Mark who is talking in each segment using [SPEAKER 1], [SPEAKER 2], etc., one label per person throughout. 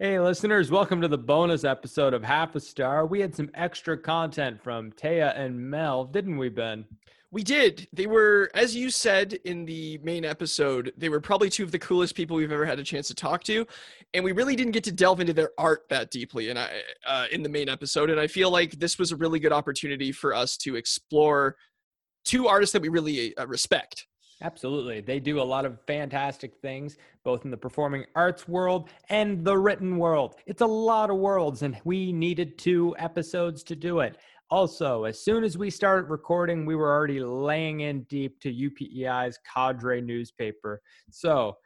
[SPEAKER 1] Hey, listeners, welcome to the bonus episode of Half a Star. We had some extra content from Taya and Mel, didn't we, Ben?
[SPEAKER 2] We did. They were, as you said in the main episode, they were probably two of the coolest people we've ever had a chance to talk to, and we really didn't get to delve into their art that deeply. And I, uh, in the main episode, and I feel like this was a really good opportunity for us to explore two artists that we really uh, respect.
[SPEAKER 1] Absolutely. They do a lot of fantastic things, both in the performing arts world and the written world. It's a lot of worlds, and we needed two episodes to do it. Also, as soon as we started recording, we were already laying in deep to UPEI's cadre newspaper. So,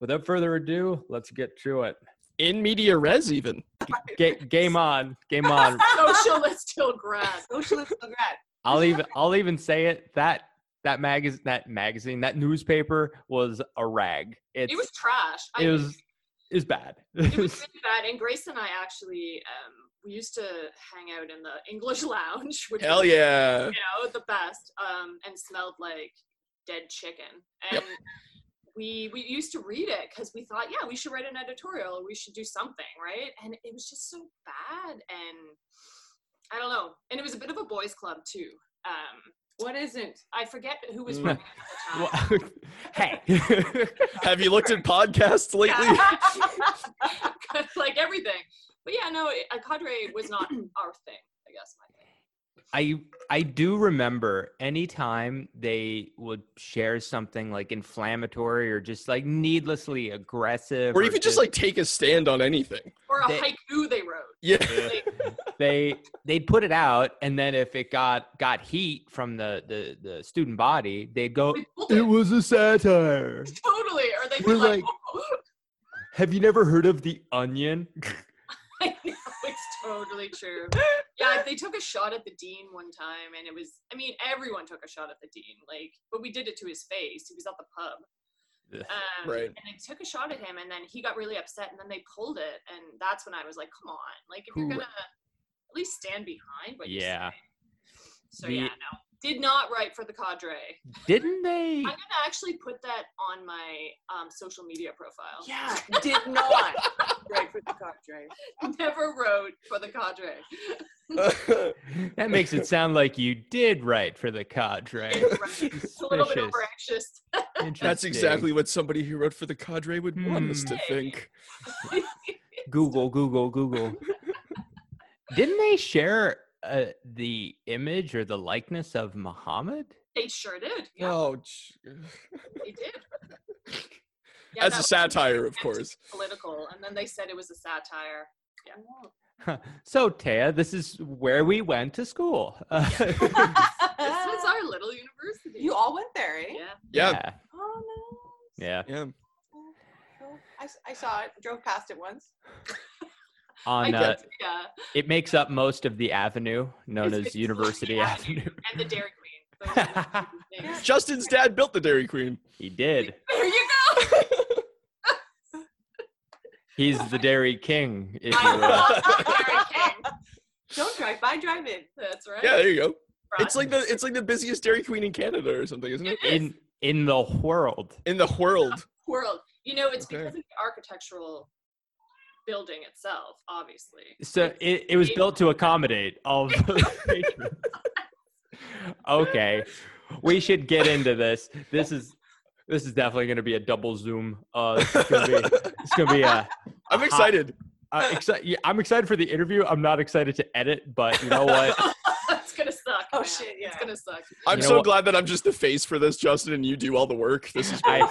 [SPEAKER 1] without further ado, let's get to it.
[SPEAKER 2] In media res, even.
[SPEAKER 1] Ga- game on, game on.
[SPEAKER 3] Socialist till grad.
[SPEAKER 4] Socialist grad.
[SPEAKER 1] I'll even I'll even say it that that magazine that magazine that newspaper was a rag. It's,
[SPEAKER 3] It was trash. I
[SPEAKER 1] it was is bad.
[SPEAKER 3] it was really bad. And Grace and I actually, um, we used to hang out in the English lounge, which
[SPEAKER 2] Hell
[SPEAKER 3] was,
[SPEAKER 2] yeah.
[SPEAKER 3] you know, the best, um, and smelled like dead chicken. And
[SPEAKER 2] Yep.
[SPEAKER 3] we we used to read it because we thought, yeah, we should write an editorial. or We should do something, right? And it was just so bad. And I don't know. And it was a bit of a boys' club too. Um,
[SPEAKER 4] What isn't?
[SPEAKER 3] I forget who was
[SPEAKER 2] Mm.
[SPEAKER 3] running it at the time.
[SPEAKER 1] Well, hey.
[SPEAKER 2] Have you looked at podcasts lately?
[SPEAKER 3] like everything. But yeah, no, it- a cadre was not our thing, I guess. My thing.
[SPEAKER 1] I I do remember anytime they would share something like inflammatory or just like needlessly aggressive
[SPEAKER 2] or even just like take a stand on anything.
[SPEAKER 3] Or a
[SPEAKER 1] They-
[SPEAKER 3] haiku they wrote.
[SPEAKER 2] Yeah.
[SPEAKER 3] Like,
[SPEAKER 1] they they'd put it out and then if it got got heat from the the, the student body they'd go
[SPEAKER 3] we pulled
[SPEAKER 1] it
[SPEAKER 3] it,
[SPEAKER 1] was a satire
[SPEAKER 3] totally. Or they'd be
[SPEAKER 1] We're
[SPEAKER 3] like,
[SPEAKER 1] like- have you never heard of the onion
[SPEAKER 3] I know, it's totally true. Yeah, they took a shot at the dean one time, and it was, I mean, everyone took a shot at the dean. Like, but we did it to his face. He was at the pub.
[SPEAKER 1] Ugh,
[SPEAKER 3] Um,
[SPEAKER 2] right.
[SPEAKER 3] And they took a shot at him, and then he got really upset, and then they pulled it. And that's when I was like, come on. Like, if you're
[SPEAKER 1] Who-
[SPEAKER 3] going to at least stand behind what you're
[SPEAKER 1] yeah
[SPEAKER 3] So
[SPEAKER 1] The-
[SPEAKER 3] yeah, no, did not write for the cadre.
[SPEAKER 4] Hmm.
[SPEAKER 1] didn't they
[SPEAKER 3] I'm gonna actually put that on my um, social media profile.
[SPEAKER 4] Yeah, did not. Right for the cadre.
[SPEAKER 3] Never wrote for the cadre.
[SPEAKER 1] that makes it sound like you did right for the cadre
[SPEAKER 3] It's a little bit over anxious.
[SPEAKER 2] That's
[SPEAKER 1] Interesting.
[SPEAKER 2] exactly what somebody who wrote for the cadre would want us to
[SPEAKER 3] Hmm.
[SPEAKER 2] think.
[SPEAKER 1] Google, Google, Google. Didn't they share uh, the image or the likeness of Muhammad?
[SPEAKER 3] They sure did. Yeah,
[SPEAKER 2] Oh, j-
[SPEAKER 3] they did. Yeah,
[SPEAKER 2] as a
[SPEAKER 3] that was
[SPEAKER 2] satire, of course.
[SPEAKER 3] political, and then they said it was a satire.
[SPEAKER 4] Oh.
[SPEAKER 1] So, Taya, this is where we went to school. Uh,
[SPEAKER 3] This was our little university.
[SPEAKER 4] Ah. you all went there, eh?
[SPEAKER 3] yeah.
[SPEAKER 2] Yeah,
[SPEAKER 1] yeah.
[SPEAKER 4] Oh no.
[SPEAKER 1] yeah.
[SPEAKER 2] yeah.
[SPEAKER 4] I, s- I saw it. Drove past it once.
[SPEAKER 1] On
[SPEAKER 3] I
[SPEAKER 1] uh,
[SPEAKER 3] guess, yeah,
[SPEAKER 1] it makes up most of the avenue known
[SPEAKER 3] It's-
[SPEAKER 1] as
[SPEAKER 3] it's
[SPEAKER 1] University
[SPEAKER 3] the
[SPEAKER 1] Avenue.
[SPEAKER 3] and the Dairy Queen. Those are the two things.
[SPEAKER 4] Yeah.
[SPEAKER 2] Justin's dad built the Dairy Queen.
[SPEAKER 1] he did.
[SPEAKER 3] There you
[SPEAKER 1] He's the Dairy King, if you
[SPEAKER 3] I
[SPEAKER 1] will.
[SPEAKER 3] love the Dairy King.
[SPEAKER 4] Don't drive by, drive in.
[SPEAKER 3] That's right.
[SPEAKER 2] Yeah, there you go.
[SPEAKER 3] Right.
[SPEAKER 2] It's like the it's like the busiest Dairy Queen in Canada or something, isn't it?
[SPEAKER 1] in in the world.
[SPEAKER 2] In the world.
[SPEAKER 3] world. You know, it's
[SPEAKER 2] Okay.
[SPEAKER 3] because of the architectural building itself, obviously.
[SPEAKER 1] So it, it was built to accommodate all of those patrons. Okay. We should get into this. This is this is definitely gonna be a double zoom. Uh this is gonna be it's gonna be a,
[SPEAKER 2] I'm excited.
[SPEAKER 1] a exci- yeah, I'm excited for the interview. I'm not excited to edit, but you know what?
[SPEAKER 3] it's gonna suck.
[SPEAKER 4] Oh,
[SPEAKER 3] man.
[SPEAKER 4] shit,
[SPEAKER 3] It's
[SPEAKER 4] yeah.
[SPEAKER 3] gonna suck.
[SPEAKER 2] I'm
[SPEAKER 1] You know
[SPEAKER 2] so
[SPEAKER 1] what-
[SPEAKER 2] glad that I'm just the face for this, Justin, and you do all the work. This is
[SPEAKER 1] I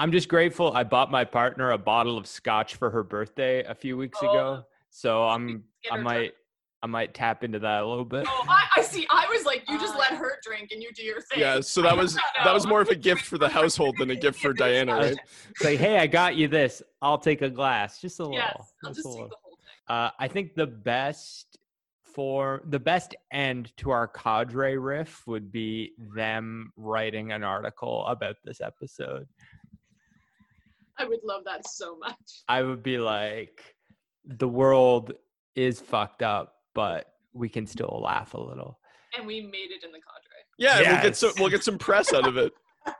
[SPEAKER 1] I'm just grateful I bought my partner a bottle of scotch for her birthday a few weeks
[SPEAKER 3] Oh.
[SPEAKER 1] ago. So I'm
[SPEAKER 3] Get
[SPEAKER 1] I
[SPEAKER 3] her
[SPEAKER 1] might I might tap into that a little bit.
[SPEAKER 3] Oh, I, I see. I was like, you just
[SPEAKER 4] Uh,
[SPEAKER 3] let her drink and you do your thing.
[SPEAKER 2] yeah. So that was that was more of a gift for the household than a gift for Diana, right?
[SPEAKER 1] Say, hey, I got you this. I'll take a glass. Just a little.
[SPEAKER 3] Yes, I'll
[SPEAKER 1] just a
[SPEAKER 3] just take
[SPEAKER 1] little.
[SPEAKER 3] the whole thing.
[SPEAKER 1] Uh, I think the best for the best end to our cadre riff would be them writing an article about this episode.
[SPEAKER 3] I would love that so much.
[SPEAKER 1] I would be like, the world is fucked up, but we can still laugh a little.
[SPEAKER 3] And we made it in the cadre.
[SPEAKER 2] Yeah, we'll get
[SPEAKER 1] Yes.
[SPEAKER 2] some we'll get some press out of it.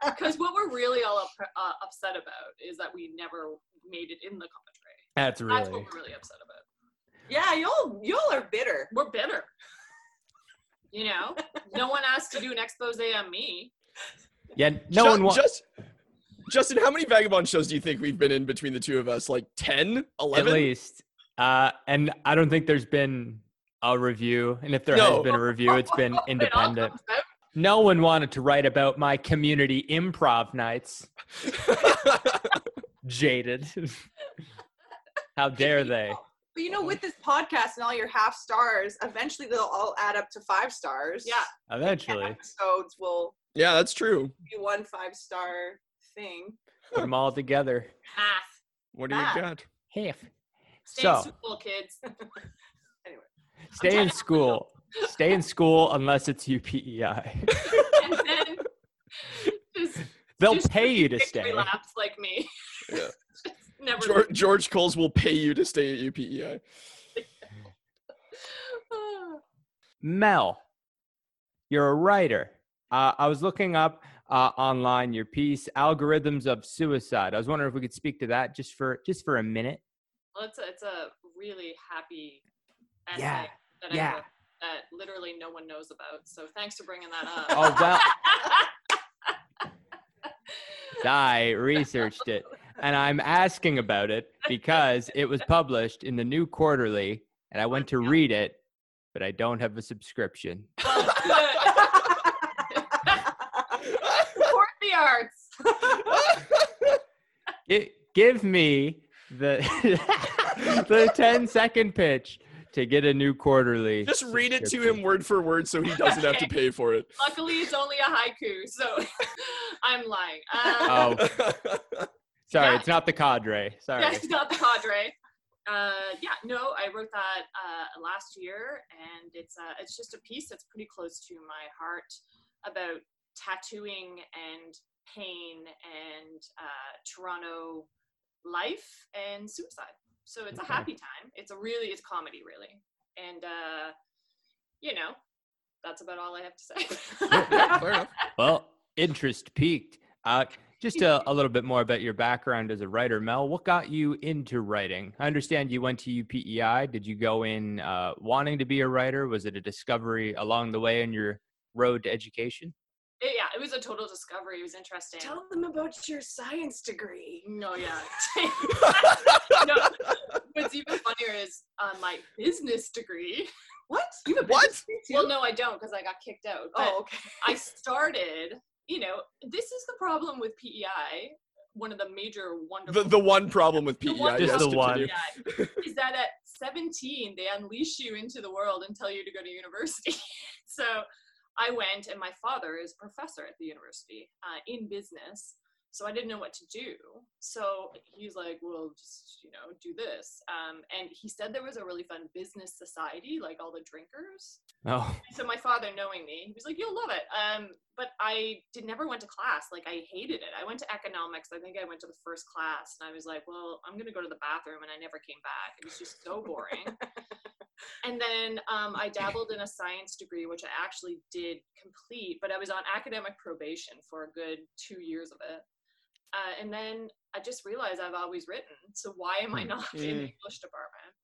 [SPEAKER 3] Because what we're really all up, uh, upset about is that we never made it in the cadre.
[SPEAKER 1] That's
[SPEAKER 3] That's what
[SPEAKER 1] really.
[SPEAKER 3] we're really upset about.
[SPEAKER 4] Yeah, y'all y'all are bitter.
[SPEAKER 3] We're bitter. You know, no one asked to do an expose on me.
[SPEAKER 1] Yeah, no
[SPEAKER 2] Ju-
[SPEAKER 1] one wants.
[SPEAKER 2] Just, Justin, how many Vagabond shows do you think we've been in between the two of us? Like 10,
[SPEAKER 1] At
[SPEAKER 2] 11?
[SPEAKER 1] least. Uh, and I don't think there's been a review. And if there
[SPEAKER 2] No.
[SPEAKER 1] has been a review, it's been
[SPEAKER 3] It all
[SPEAKER 1] independent.
[SPEAKER 3] comes out.
[SPEAKER 1] No one wanted to write about my community improv nights. Jaded. How dare they?
[SPEAKER 4] But you know, with this podcast and all your half stars, eventually they'll all add up to five stars.
[SPEAKER 3] Yeah.
[SPEAKER 4] And
[SPEAKER 1] Eventually,
[SPEAKER 4] Episodes will
[SPEAKER 2] yeah, that's true.
[SPEAKER 4] be one five star thing.
[SPEAKER 1] put them all together.
[SPEAKER 3] Math.
[SPEAKER 2] What do you
[SPEAKER 4] Ah.
[SPEAKER 2] got?
[SPEAKER 1] Half.
[SPEAKER 3] Stay
[SPEAKER 1] So-
[SPEAKER 3] in school, kids.
[SPEAKER 1] Stay in
[SPEAKER 3] trying to help
[SPEAKER 1] school. Stay in school unless it's E UPEI.
[SPEAKER 3] and then just,
[SPEAKER 1] They'll
[SPEAKER 3] just
[SPEAKER 1] pay you to
[SPEAKER 3] victory
[SPEAKER 1] stay.
[SPEAKER 3] laps like me.
[SPEAKER 2] Yeah.
[SPEAKER 3] Never.
[SPEAKER 2] George, George Coles will pay you to stay at E UPEI.
[SPEAKER 1] Mel, you're a writer. Uh, I was looking up uh, online your piece, "Algorithms of Suicide." I was wondering if we could speak to that just for just for a minute.
[SPEAKER 3] well, it's a, it's a really happy essay
[SPEAKER 1] Yeah.
[SPEAKER 3] that I
[SPEAKER 1] Yeah.
[SPEAKER 3] wrote that literally no one knows about. So thanks for bringing that up.
[SPEAKER 1] Oh well, I researched it, and I'm asking about it because it was published in the New Quarterly, and I went to read it, but I don't have a subscription.
[SPEAKER 3] Well, good. Support the arts.
[SPEAKER 1] Gi- give me the the 10 second pitch to get a new quarterly.
[SPEAKER 2] Just read it to
[SPEAKER 1] subscription.
[SPEAKER 2] him word for word so he doesn't have to pay for it.
[SPEAKER 3] Luckily, it's only a haiku, so I'm lying. Um,
[SPEAKER 1] Oh, sorry, it's not the cadre. Sorry.
[SPEAKER 3] That's not the cadre. Uh, yeah, no, I wrote that uh, last year, and it's uh, it's just a piece that's pretty close to my heart about tattooing and pain and uh, Toronto life and suicide. So it's
[SPEAKER 1] Okay.
[SPEAKER 3] a happy time. It's a really it's comedy really, and uh, you know that's about all I have to
[SPEAKER 2] Yeah,
[SPEAKER 3] say.
[SPEAKER 2] fair enough.
[SPEAKER 1] Well, interest peaked. Uh, just a, a little bit more about your background as a writer, Mel. What got you into writing? I understand you went to UPEI. Did you go in uh, wanting to be a writer? Was it a discovery along the way in your road to education?
[SPEAKER 3] yeah, it was a total discovery. It was interesting.
[SPEAKER 4] them about your science degree.
[SPEAKER 3] No, yeah. no, what's even funnier is uh, my business degree.
[SPEAKER 4] What? You have a
[SPEAKER 2] What?
[SPEAKER 4] business degree too?
[SPEAKER 3] Well, no, I don't because I got kicked out. But
[SPEAKER 4] Oh, okay.
[SPEAKER 3] I started, you know, this is the problem with PEI, one of the major
[SPEAKER 2] The,
[SPEAKER 3] wonderful.
[SPEAKER 2] the one problem with PEI.
[SPEAKER 3] one
[SPEAKER 2] yes,
[SPEAKER 1] Just the
[SPEAKER 2] continue.
[SPEAKER 1] one.
[SPEAKER 3] PEI is that at 17, they unleash you into the world and tell you to go to university. so I went, and my father is a professor at the university uh, in business. So I didn't know what to do. So he's like, well, just, you know, do this. Um, and he said there was a really fun business society, like all the drinkers.
[SPEAKER 1] Oh,
[SPEAKER 3] And so my father, knowing me, he was like, "You'll love it." Um, but I did never went to class. Like I hated it. I went to economics. I think I went to the first class, and I was like, "Well, I'm gonna go to the bathroom," and I never came back. It was just so boring. and then um, I dabbled in a science degree, which I actually did complete, but I was on academic probation for a good two years of it. Uh, and then I just realized I've always written, so why am I
[SPEAKER 1] Hmm,
[SPEAKER 3] not in the
[SPEAKER 2] Mm.
[SPEAKER 3] English department?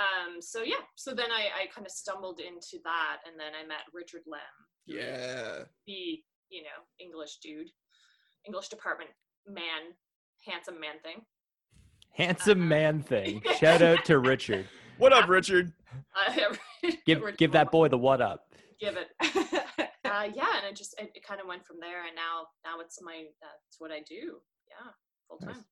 [SPEAKER 3] Um, so yeah, so then I, I kind of stumbled into that, and then I met Richard Lem,
[SPEAKER 2] Yeah.
[SPEAKER 3] the you know English dude, English department man, handsome man thing.
[SPEAKER 1] handsome man thing. Shout out to Richard.
[SPEAKER 2] What up, Richard?
[SPEAKER 3] Uh,
[SPEAKER 1] Give
[SPEAKER 3] Richard
[SPEAKER 1] give
[SPEAKER 3] Lem.
[SPEAKER 1] that boy the what up.
[SPEAKER 3] give it. Uh, yeah, and it just it, it kind of went from there, and now now it's my that's what I do. Yeah, full time.
[SPEAKER 1] Nice.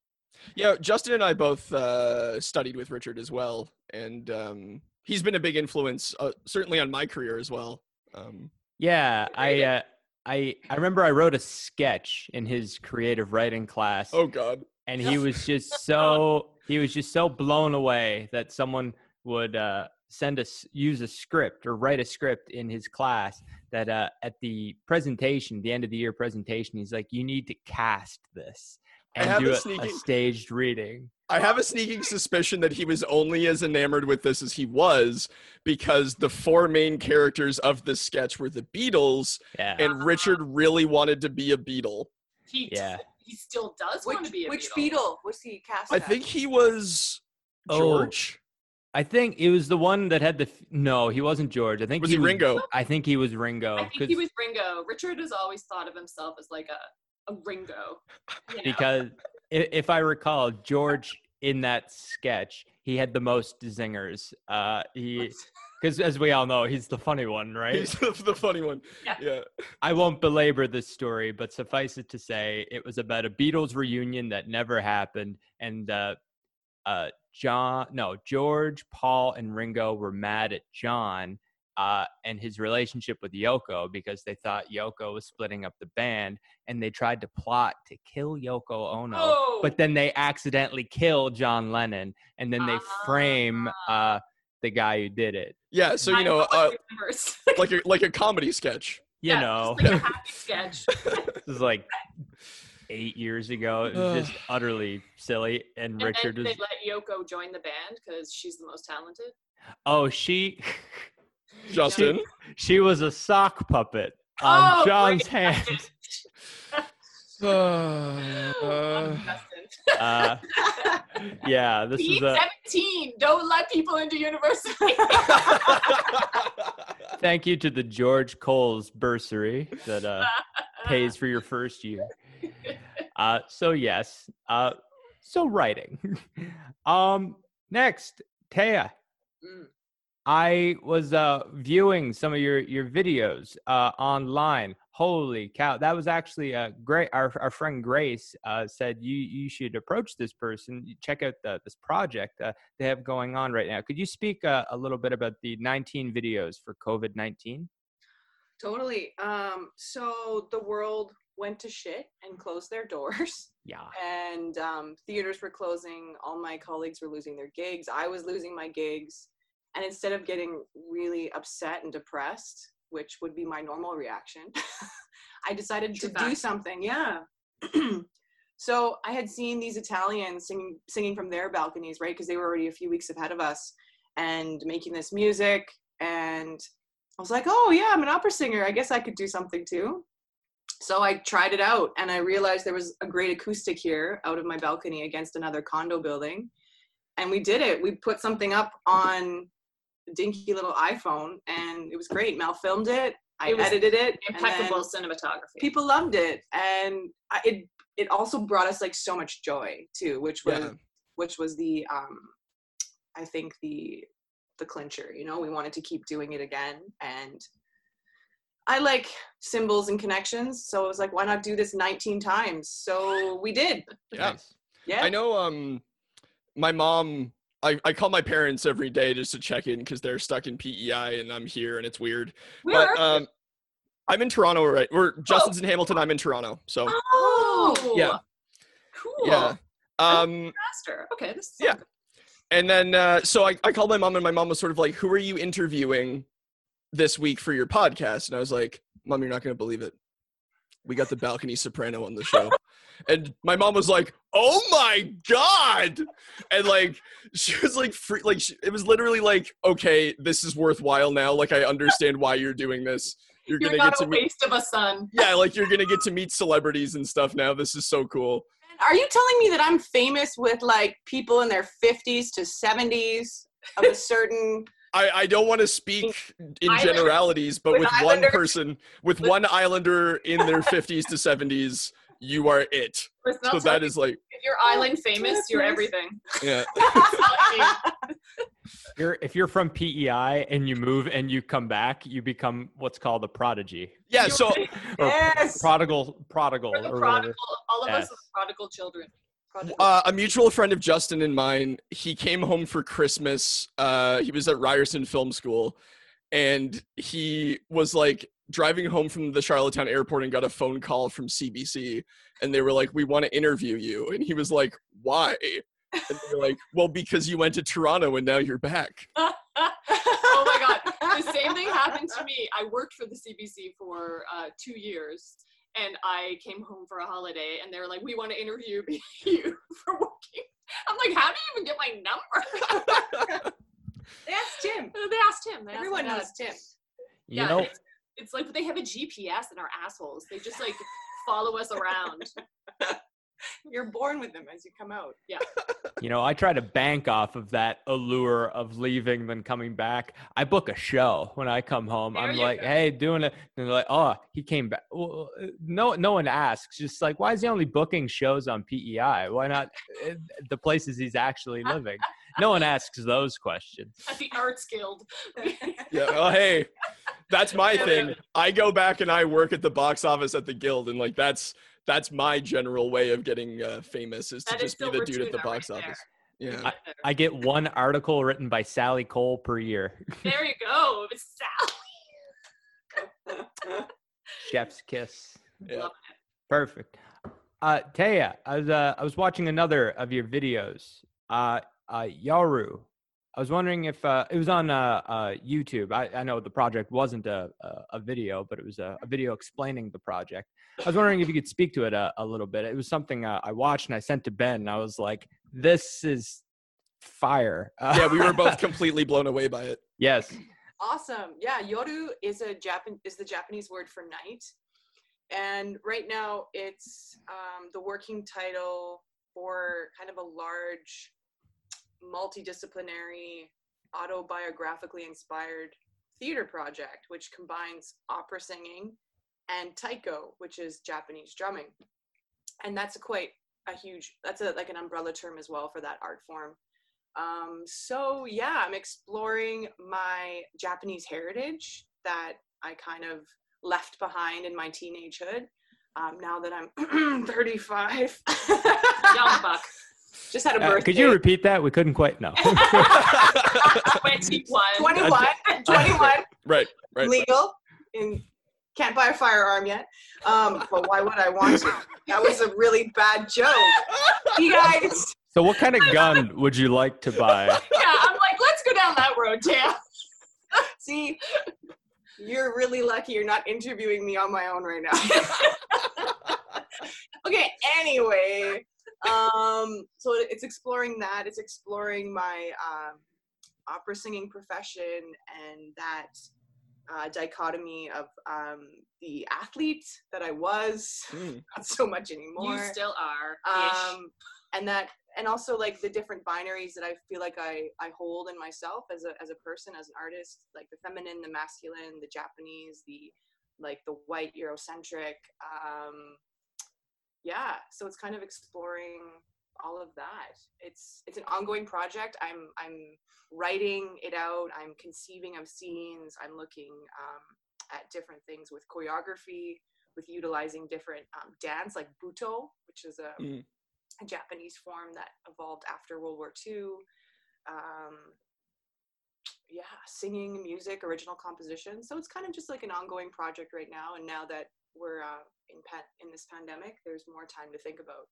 [SPEAKER 2] Yeah, Justin and I both uh, studied with Richard as well, and um, he's been a big influence, uh, certainly on my career as well. Um,
[SPEAKER 1] Yeah, I
[SPEAKER 3] Creative.
[SPEAKER 1] uh, I I remember I wrote a sketch in his creative writing class,
[SPEAKER 2] oh God,
[SPEAKER 1] and he was just so he was just so blown away that someone would uh, send us use a script or write a script in his class. That uh, at the presentation, the end of the year presentation, he's like, "You need to cast this
[SPEAKER 2] I
[SPEAKER 1] and
[SPEAKER 2] have
[SPEAKER 1] do
[SPEAKER 2] a
[SPEAKER 1] a, a
[SPEAKER 2] sneaking-
[SPEAKER 1] staged reading."
[SPEAKER 2] I have a sneaking suspicion that he was only as enamored with this as he was because the four main characters of this sketch were the Beatles,
[SPEAKER 1] Yeah,
[SPEAKER 2] and Richard really wanted to be a Beatle.
[SPEAKER 3] He
[SPEAKER 1] yeah.
[SPEAKER 3] he still does want
[SPEAKER 4] Which,
[SPEAKER 3] to be a
[SPEAKER 4] which
[SPEAKER 3] beetle.
[SPEAKER 4] beetle was he cast?
[SPEAKER 2] I
[SPEAKER 4] as?
[SPEAKER 2] think he was
[SPEAKER 1] Oh.
[SPEAKER 2] George?
[SPEAKER 1] I think it was the one that had the. f- No, he wasn't George. I think
[SPEAKER 2] was he Ringo?
[SPEAKER 1] I think he was Ringo.
[SPEAKER 3] I think he
[SPEAKER 1] Oh, 'cause-
[SPEAKER 3] was Ringo. Richard has always thought of himself as like a, a Ringo. You know?
[SPEAKER 1] because i- if I recall, George in that sketch, he had the most zingers. Uh, he because as we all know, he's the funny one, right?
[SPEAKER 2] He's the, the funny one.
[SPEAKER 3] Yeah.
[SPEAKER 2] yeah.
[SPEAKER 1] I won't belabor this story, but suffice it to say, it was about a Beatles reunion that never happened, and uh, uh, John, no, George, Paul, and Ringo were mad at John uh, and his relationship with Yoko because they thought Yoko was splitting up the band, and they tried to plot to kill Yoko Ono
[SPEAKER 3] oh,
[SPEAKER 1] but then they accidentally kill John Lennon, and then they frame
[SPEAKER 3] Ah.
[SPEAKER 1] uh, the guy who did it.
[SPEAKER 2] Yeah, so you
[SPEAKER 3] I
[SPEAKER 2] know,
[SPEAKER 3] what
[SPEAKER 2] uh,
[SPEAKER 3] the universe-
[SPEAKER 2] like a like a comedy sketch.
[SPEAKER 1] You
[SPEAKER 3] Yeah,
[SPEAKER 1] know,
[SPEAKER 3] just like a happy sketch.
[SPEAKER 1] this was like eight years ago. It was just utterly silly. And
[SPEAKER 3] And
[SPEAKER 1] Richard
[SPEAKER 3] then
[SPEAKER 1] was,
[SPEAKER 3] they let Yoko join the band because she's the most talented.
[SPEAKER 1] oh, she
[SPEAKER 2] Justin,
[SPEAKER 1] she was a sock puppet on
[SPEAKER 3] Oh,
[SPEAKER 1] John's
[SPEAKER 3] right.
[SPEAKER 1] hand.
[SPEAKER 2] uh, uh,
[SPEAKER 3] I'm Justin.
[SPEAKER 1] Uh, yeah, this
[SPEAKER 3] He's
[SPEAKER 1] is a
[SPEAKER 3] 17. Don't let people into university.
[SPEAKER 1] thank you to the George Coles bursary that uh, pays for your first year. Uh, so yes. Uh, so writing. um, next, Taya.
[SPEAKER 3] Mm.
[SPEAKER 1] I was uh, viewing some of your your videos uh, online. Holy cow! That was actually uh, great. Our our friend Grace uh, said you you should approach this person. You Check out the, this project uh, they have going on right now. Could you speak uh, a little bit about the 19 videos for COVID 19?
[SPEAKER 4] Totally. Um, so the world went to shit and closed their doors,
[SPEAKER 1] Yeah.
[SPEAKER 4] and um, theaters were closing. All my colleagues were losing their gigs. I was losing my gigs. And instead of getting really upset and depressed, which would be my normal reaction, I decided to
[SPEAKER 3] True fact.
[SPEAKER 4] do something. Yeah. so I had seen these Italians singing, singing from their balconies, right? Because they were already a few weeks ahead of us and making this music. And I was like, oh, yeah, I'm an opera singer. I guess I could do something too. So I tried it out and I realized there was a great acoustic here out of my balcony against another condo building. And we did it. We put something up on a dinky little iPhone and it was great. Mal filmed it. I
[SPEAKER 3] It was
[SPEAKER 4] edited it. and then
[SPEAKER 3] Impeccable cinematography.
[SPEAKER 4] People loved it. And I, it, it also brought us like so much joy too, which was
[SPEAKER 2] yeah.
[SPEAKER 4] which was the um i think the the clincher you know we wanted to keep doing it again and i like symbols and connections so i was like why not do this 19 times so we did
[SPEAKER 2] yeah.
[SPEAKER 1] Nice.
[SPEAKER 4] yeah
[SPEAKER 2] I know um my mom I, I call my parents every day just to check in because they're stuck in PEI and I'm here and it's weird.
[SPEAKER 3] Where
[SPEAKER 2] But
[SPEAKER 3] are you?
[SPEAKER 2] um I'm in Toronto right. We're Justin's in Hamilton, I'm in Toronto. So
[SPEAKER 3] Oh,
[SPEAKER 2] yeah.
[SPEAKER 3] Cool.
[SPEAKER 2] yeah. Um
[SPEAKER 3] Master. Okay. This is
[SPEAKER 2] Yeah. And then, uh, so I, I called my mom, and my mom was sort of like, Who are you interviewing this week for your podcast? And I was like, Mom, you're not going to believe it. We got the balcony soprano on the show. and my mom was like, Oh my God. And like, she was like, free, like she, It was literally like, Okay, this is worthwhile now. Like, I understand why you're doing this. You're
[SPEAKER 3] You're
[SPEAKER 2] going to get
[SPEAKER 3] not
[SPEAKER 2] to
[SPEAKER 3] a
[SPEAKER 2] meet.
[SPEAKER 3] waste of a son.
[SPEAKER 2] Yeah, like you're gonna get to meet celebrities and stuff now. This is so cool.
[SPEAKER 4] are you telling me that i'm famous with like people in their 50s to 70s of a certain
[SPEAKER 2] I, I don't want to speak in
[SPEAKER 3] Islanders.
[SPEAKER 2] generalities, but with
[SPEAKER 4] With
[SPEAKER 2] one
[SPEAKER 4] Islanders.
[SPEAKER 2] person, with
[SPEAKER 4] With-
[SPEAKER 2] one Islander in their 50s to 70s, you are it.
[SPEAKER 3] It's not
[SPEAKER 2] So that is like,
[SPEAKER 3] if you're island famous, you're
[SPEAKER 4] goodness.
[SPEAKER 2] yeah.
[SPEAKER 3] everything.
[SPEAKER 1] You're, if you're from PEI and you move and you come back, you become what's called a prodigy.
[SPEAKER 2] Yeah, so
[SPEAKER 1] Or
[SPEAKER 4] Yes.
[SPEAKER 1] Prodigal, prodigal,
[SPEAKER 3] We're the
[SPEAKER 1] or whatever.
[SPEAKER 3] prodigal. All of us
[SPEAKER 1] Yes.
[SPEAKER 3] are prodigal children. Prodigal.
[SPEAKER 2] uh, a mutual friend of Justin and mine, he came home for Christmas. Uh, he was at Ryerson Film School, and he was like driving home from the Charlottetown airport and got a phone call from CBC, and they were like, "We want to interview you," and he was like, "Why?" And they were like, "Well, because you went to Toronto and now you're back."
[SPEAKER 3] oh my god the same thing happened to me i worked for the cbc for uh, two years and i came home for a holiday and they were like we want to interview you for working i'm like how do you even get my number
[SPEAKER 4] they asked tim
[SPEAKER 3] they asked him they asked
[SPEAKER 4] everyone
[SPEAKER 3] my dad.
[SPEAKER 4] knows tim
[SPEAKER 1] You
[SPEAKER 3] Yeah,
[SPEAKER 1] know,
[SPEAKER 3] it's, it's like they have a gps in our assholes they just like follow us around
[SPEAKER 4] You're born with them as you come out.
[SPEAKER 1] You know, I try to bank off of that allure of leaving then coming back. I book a show when I come home.
[SPEAKER 3] There
[SPEAKER 1] I'm
[SPEAKER 3] you
[SPEAKER 1] like,
[SPEAKER 3] go.
[SPEAKER 1] hey, doing it. And they're like, oh, he came back. Well, uh, no, no one asks. Just like, why is he only booking shows on PEI? Why not uh, the places he's actually living? No one asks those questions.
[SPEAKER 3] at the Arts Guild.
[SPEAKER 2] Yeah. Oh, hey, that's my
[SPEAKER 3] Yeah.
[SPEAKER 2] thing. I go back and I work at the box office at the guild, and like that's that's my general way of getting uh, famous is to
[SPEAKER 3] That is
[SPEAKER 2] just be
[SPEAKER 3] still
[SPEAKER 2] the dude at the
[SPEAKER 3] Rotunda
[SPEAKER 2] box
[SPEAKER 3] right
[SPEAKER 2] office. Yeah.
[SPEAKER 3] There.
[SPEAKER 1] I get one article written by Sally Cole per year.
[SPEAKER 3] there you go. It's Sally.
[SPEAKER 1] Chef's kiss.
[SPEAKER 2] yeah.
[SPEAKER 3] Love
[SPEAKER 1] Perfect. Uh, Taya, I was uh, I was watching another of your videos. Uh, uh, Yaru. I was wondering if uh, it was on uh, uh, YouTube. I, I know the project wasn't a, a, a video, but it was a, a video explaining the project. I was wondering if you could speak to it a, a little bit. It was something uh, I watched and I sent to Ben, and I was like, "This is fire." Uh,
[SPEAKER 2] Yeah, we were both completely blown away by it.
[SPEAKER 1] yes.
[SPEAKER 4] Awesome. Yeah, yoru is a Japan is the Japanese word for night, and right now it's um, the working title for kind of a large, multidisciplinary, autobiographically inspired theater project, which combines opera singing and taiko, which is Japanese drumming, and that's quite a huge. That's a, like an umbrella term as well for that art form. Um, so yeah, I'm exploring my Japanese heritage that I kind of left behind in my teenagehood. Um, now that I'm 35,
[SPEAKER 3] it. Young buck.
[SPEAKER 4] just had a
[SPEAKER 1] Uh,
[SPEAKER 4] birthday.
[SPEAKER 1] could you repeat that? We couldn't quite know.
[SPEAKER 3] Twenty-one.
[SPEAKER 4] 21, 21,
[SPEAKER 2] right. Right.
[SPEAKER 4] legal, and can't buy a firearm yet. Um, but why would I want to? That was a really bad joke. You guys,
[SPEAKER 1] so, what kind of gun would you like to buy?
[SPEAKER 3] Yeah, I'm like, let's go down that road, Tam.
[SPEAKER 4] see, you're really lucky you're not interviewing me on my own right now. okay anyway um so it- it's exploring that it's exploring my um opera singing profession and that uh, dichotomy of um the athlete that i was
[SPEAKER 2] Mm.
[SPEAKER 4] not so much anymore
[SPEAKER 3] You still are.
[SPEAKER 4] um and that and also like the different binaries that i feel like i i hold in myself as a as a person as an artist like the feminine the masculine the japanese the like the white eurocentric um yeah so it's kind of exploring all of that it's it's an ongoing project i'm i'm writing it out i'm conceiving of scenes i'm looking um, at different things with choreography with utilizing different um, dance like buto which is a,
[SPEAKER 2] Mm.
[SPEAKER 4] a japanese form that evolved after world war ii um, yeah singing music original composition so it's kind of just like an ongoing project right now and now that we're uh, in, pan- in this pandemic there's more time to think about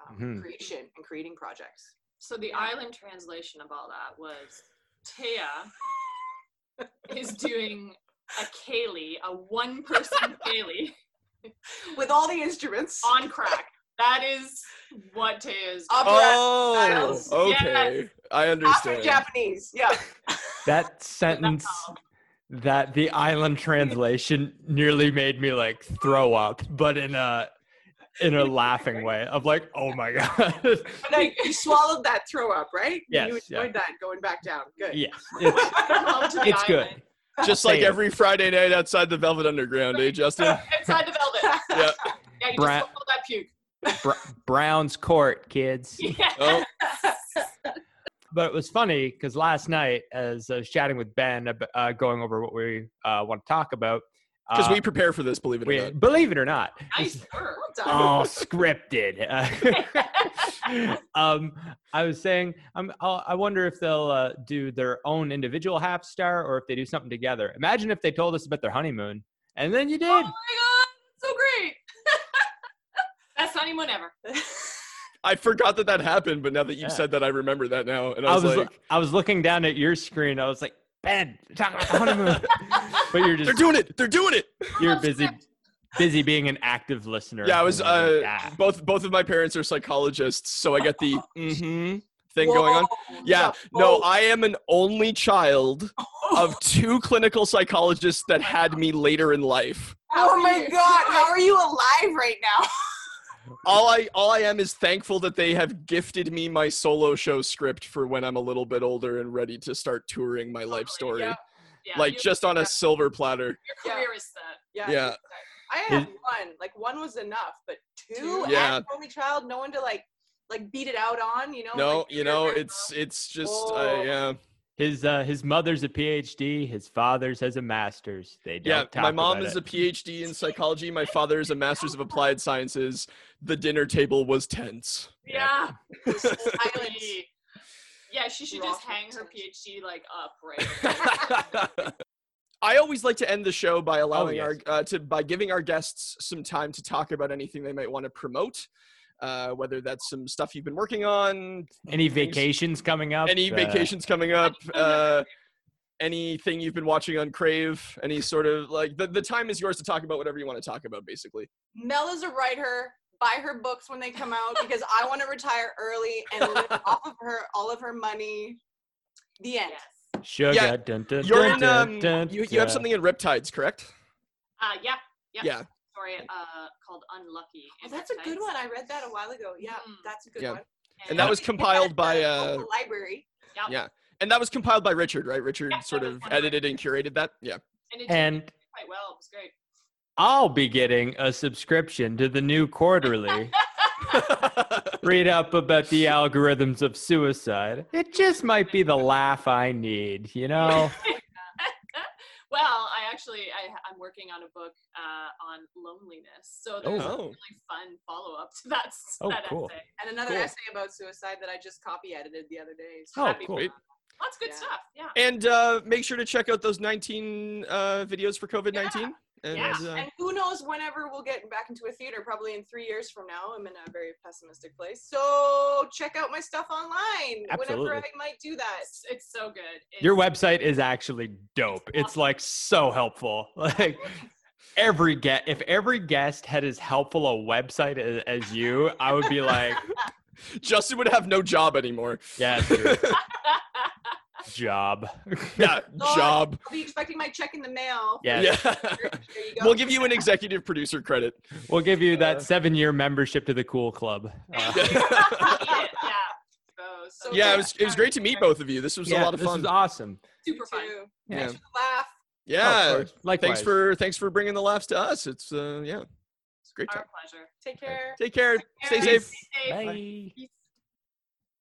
[SPEAKER 4] um,
[SPEAKER 1] Mhm.
[SPEAKER 4] creation and creating projects
[SPEAKER 3] So the island translation of all that was Taya is doing a Kaylee, a one person Kaylee
[SPEAKER 4] with all the instruments
[SPEAKER 3] on crack. That is what Taya is doing.
[SPEAKER 4] Opera
[SPEAKER 2] Oh,
[SPEAKER 4] styles.
[SPEAKER 2] okay. I
[SPEAKER 4] after
[SPEAKER 2] understand.
[SPEAKER 4] japanese yeah
[SPEAKER 1] That sentence that the island translation nearly made me like throw up, but in a in a laughing way of like, oh my god.
[SPEAKER 4] but like you swallowed that throw up right
[SPEAKER 1] Yes,
[SPEAKER 4] you enjoyed
[SPEAKER 1] yeah.
[SPEAKER 4] that going back down good
[SPEAKER 1] yes. It's
[SPEAKER 3] Welcome to the
[SPEAKER 1] it's good.
[SPEAKER 3] island.
[SPEAKER 2] Just
[SPEAKER 1] I'll
[SPEAKER 2] like
[SPEAKER 1] say it.
[SPEAKER 2] every Friday night outside the Velvet Underground, eh, Justin?
[SPEAKER 3] Inside the velvet.
[SPEAKER 2] Yeah.
[SPEAKER 3] Yeah, you
[SPEAKER 1] Brat.
[SPEAKER 3] just swallowed that puke.
[SPEAKER 1] Br- Brown's court, kids.
[SPEAKER 3] Yeah.
[SPEAKER 2] Oh,
[SPEAKER 1] But it was funny because last night, as I was chatting with Ben, ab- uh, going over what we uh, want to talk about,
[SPEAKER 2] because
[SPEAKER 1] uh,
[SPEAKER 2] we prepare for this, believe it or
[SPEAKER 1] we-
[SPEAKER 2] not.
[SPEAKER 1] believe it or not,
[SPEAKER 3] Nice work.
[SPEAKER 4] Well done.
[SPEAKER 2] Oh,
[SPEAKER 1] all Oh, scripted. Uh, um, I was saying, um, I'll, I wonder if they'll uh, do their own individual half star or if they do something together. Imagine if they told us about their honeymoon, and then you
[SPEAKER 3] Oh my
[SPEAKER 1] did.
[SPEAKER 3] god, so great. Best honeymoon ever.
[SPEAKER 2] I forgot that that happened, but now that you
[SPEAKER 1] Yeah.
[SPEAKER 2] have said that, I remember that now, and
[SPEAKER 1] I
[SPEAKER 2] I was,
[SPEAKER 1] was,
[SPEAKER 2] like,
[SPEAKER 1] I was looking down at your screen. I was like, Ben, we're talking about the honeymoon, but you're
[SPEAKER 2] "They're
[SPEAKER 1] just
[SPEAKER 2] doing it! They're doing it!"
[SPEAKER 1] you're
[SPEAKER 3] Off
[SPEAKER 1] busy,
[SPEAKER 3] script.
[SPEAKER 1] busy being an active listener.
[SPEAKER 2] Yeah, I was. Uh,
[SPEAKER 1] Yeah.
[SPEAKER 2] Both both of my parents are psychologists, so I got the
[SPEAKER 4] Oh,
[SPEAKER 2] mm-hmm thing going on. Yeah, no, I am an only child of two clinical psychologists that had me later in life.
[SPEAKER 4] oh my god how are you alive right now
[SPEAKER 2] all I all I am is thankful that they have gifted me my solo show script for when I'm a little bit older and ready to start touring my life story.
[SPEAKER 4] Oh, Yeah.
[SPEAKER 3] Yeah,
[SPEAKER 2] like
[SPEAKER 3] you-
[SPEAKER 2] just on
[SPEAKER 4] yeah.
[SPEAKER 2] a silver platter.
[SPEAKER 3] your
[SPEAKER 4] Yeah.
[SPEAKER 3] career is set.
[SPEAKER 4] Yeah.
[SPEAKER 2] Yeah.
[SPEAKER 4] I had one. Like one was enough, but two
[SPEAKER 2] Yeah.
[SPEAKER 4] as an only child, no one to like like beat it out on, you know?
[SPEAKER 2] No,
[SPEAKER 4] Like,
[SPEAKER 2] you know, it's it's just
[SPEAKER 4] Oh.
[SPEAKER 2] I yeah.
[SPEAKER 1] His uh, his mother's a PhD. His father's has a master's. They don't
[SPEAKER 2] Yeah,
[SPEAKER 1] talk
[SPEAKER 2] my mom
[SPEAKER 1] about
[SPEAKER 2] is
[SPEAKER 1] it.
[SPEAKER 2] a PhD in psychology, my father is a masters of applied sciences. The dinner table was tense.
[SPEAKER 3] Yeah.
[SPEAKER 4] silent.
[SPEAKER 3] Yeah, she should
[SPEAKER 4] Raw
[SPEAKER 3] just hang her
[SPEAKER 4] content.
[SPEAKER 3] PhD like up right.
[SPEAKER 2] I always like to end the show by allowing
[SPEAKER 1] Oh, yes.
[SPEAKER 2] our uh, to by giving our guests some time to talk about anything they might want to promote, uh, whether that's some stuff you've been working on,
[SPEAKER 1] Any
[SPEAKER 2] things-
[SPEAKER 1] vacations coming up?
[SPEAKER 2] any
[SPEAKER 1] Uh,
[SPEAKER 2] vacations coming up, uh, anything you've been watching on Crave, any sort of like the, the time is yours to talk about whatever you want to talk about, basically.
[SPEAKER 4] Mel is a writer. Buy her books when they come out because I want to retire early and live off of her all of her money. The end.
[SPEAKER 3] Yes.
[SPEAKER 1] Sugar.
[SPEAKER 2] Yeah,
[SPEAKER 1] dun, dun,
[SPEAKER 2] You're
[SPEAKER 1] dun,
[SPEAKER 2] in
[SPEAKER 1] dun,
[SPEAKER 2] um,
[SPEAKER 1] dun,
[SPEAKER 2] you, you have
[SPEAKER 1] dun.
[SPEAKER 2] something in Riptides, correct?
[SPEAKER 3] Uh, yeah. Yeah.
[SPEAKER 2] Yeah.
[SPEAKER 3] Story uh, called Unlucky.
[SPEAKER 4] Oh,
[SPEAKER 3] in
[SPEAKER 4] that's a good
[SPEAKER 3] Peptides.
[SPEAKER 4] one. I read that a while ago. Yeah,
[SPEAKER 3] Mm.
[SPEAKER 4] that's a good
[SPEAKER 2] Yeah.
[SPEAKER 4] one.
[SPEAKER 2] And that
[SPEAKER 3] uh,
[SPEAKER 2] was
[SPEAKER 4] We can get
[SPEAKER 2] compiled
[SPEAKER 4] at
[SPEAKER 2] by,
[SPEAKER 4] the
[SPEAKER 2] uh,
[SPEAKER 4] local library.
[SPEAKER 3] yep.
[SPEAKER 2] yeah. And that was compiled by Richard, right? Richard
[SPEAKER 3] Yeah,
[SPEAKER 2] sort
[SPEAKER 3] that was
[SPEAKER 2] of
[SPEAKER 3] one of my-
[SPEAKER 2] edited and curated that. Yeah.
[SPEAKER 3] And it did
[SPEAKER 1] And
[SPEAKER 3] quite well. It was great.
[SPEAKER 1] I'll be getting a subscription to the new quarterly. Read up about the algorithms of suicide. It just might be the laugh I need, you know? Oh,
[SPEAKER 3] Well, I actually I, I'm working on a book uh, on loneliness, so there's a
[SPEAKER 2] Oh.
[SPEAKER 3] really fun follow up to that, s-
[SPEAKER 1] Oh,
[SPEAKER 3] that
[SPEAKER 1] cool.
[SPEAKER 3] essay.
[SPEAKER 4] And another
[SPEAKER 2] Cool.
[SPEAKER 4] essay about suicide that I just copy edited the other day. So
[SPEAKER 1] Oh,
[SPEAKER 4] that'd be
[SPEAKER 1] cool.
[SPEAKER 2] Great.
[SPEAKER 3] Lots of good
[SPEAKER 4] Yeah.
[SPEAKER 3] stuff. Yeah.
[SPEAKER 2] and uh, make sure to check out those 19 uh, videos for COVID 19. And,
[SPEAKER 3] Yeah.
[SPEAKER 2] uh,
[SPEAKER 4] And who knows whenever we'll get back into a theater, probably in three years from now. I'm in a very pessimistic place. So check out my stuff online whenever I
[SPEAKER 1] Absolutely.
[SPEAKER 4] might do that.
[SPEAKER 3] It's, it's so good. It's,
[SPEAKER 1] Your website is actually dope. It's like so helpful. Like every guest, if every guest had as helpful a website as, as you, I would be like,
[SPEAKER 2] uh, Justin would have no job anymore.
[SPEAKER 1] yeah, dude, job.
[SPEAKER 2] yeah.
[SPEAKER 4] Lord.
[SPEAKER 2] Job.
[SPEAKER 4] I'll be expecting my check in the mail.
[SPEAKER 1] Yes.
[SPEAKER 2] Yeah.
[SPEAKER 4] There you go.
[SPEAKER 2] we'll give you an executive producer credit.
[SPEAKER 1] We'll give you
[SPEAKER 2] Uh,
[SPEAKER 1] that seven year membership to the cool club. Uh,
[SPEAKER 3] Thank you. I need it. Yeah. So, so
[SPEAKER 2] yeah,
[SPEAKER 4] yeah.
[SPEAKER 2] it was it was great to meet both of you. This was a
[SPEAKER 1] yeah,
[SPEAKER 2] lot of
[SPEAKER 1] this
[SPEAKER 2] fun.
[SPEAKER 1] is awesome.
[SPEAKER 3] super fun.
[SPEAKER 4] Too.
[SPEAKER 2] Yeah.
[SPEAKER 4] Laugh.
[SPEAKER 1] Oh, of
[SPEAKER 2] Yeah.
[SPEAKER 1] course. Likewise.
[SPEAKER 2] thanks for thanks for bringing the laughs to us. It's uh yeah. It's a great time.
[SPEAKER 3] Our pleasure.
[SPEAKER 4] Take care.
[SPEAKER 2] Take care. Stay
[SPEAKER 3] Alright,
[SPEAKER 2] safe.
[SPEAKER 3] Stay safe.
[SPEAKER 1] Bye.
[SPEAKER 3] Peace.